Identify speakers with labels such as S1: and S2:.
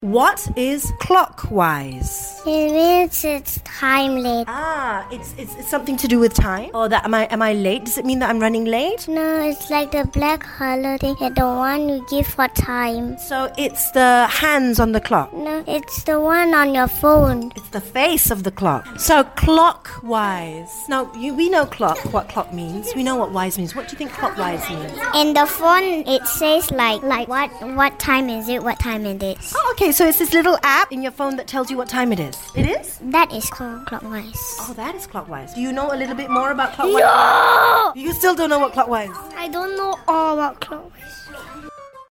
S1: What is clockwise?
S2: It means it's timely.
S1: Ah, it's, it's, it's something to do with time. Or that am I am I late? Does it mean that I'm running late?
S2: No, it's like the black holiday, the one you give for time.
S1: So it's the hands on the clock.
S2: No, it's the one on your phone.
S1: It's the face of the clock. So clockwise. Now you, we know clock what clock means. We know what wise means. What do you think clockwise means?
S2: In the phone, it says like like what what time is it? What time it is?
S1: Oh, okay. So it's this little app in your phone that tells you what time it is. It is.
S2: That is called clockwise.
S1: Oh, that is clockwise. Do you know a little bit more about clockwise?
S2: Oh!
S1: You still don't know what clockwise.
S2: I don't know all about clockwise.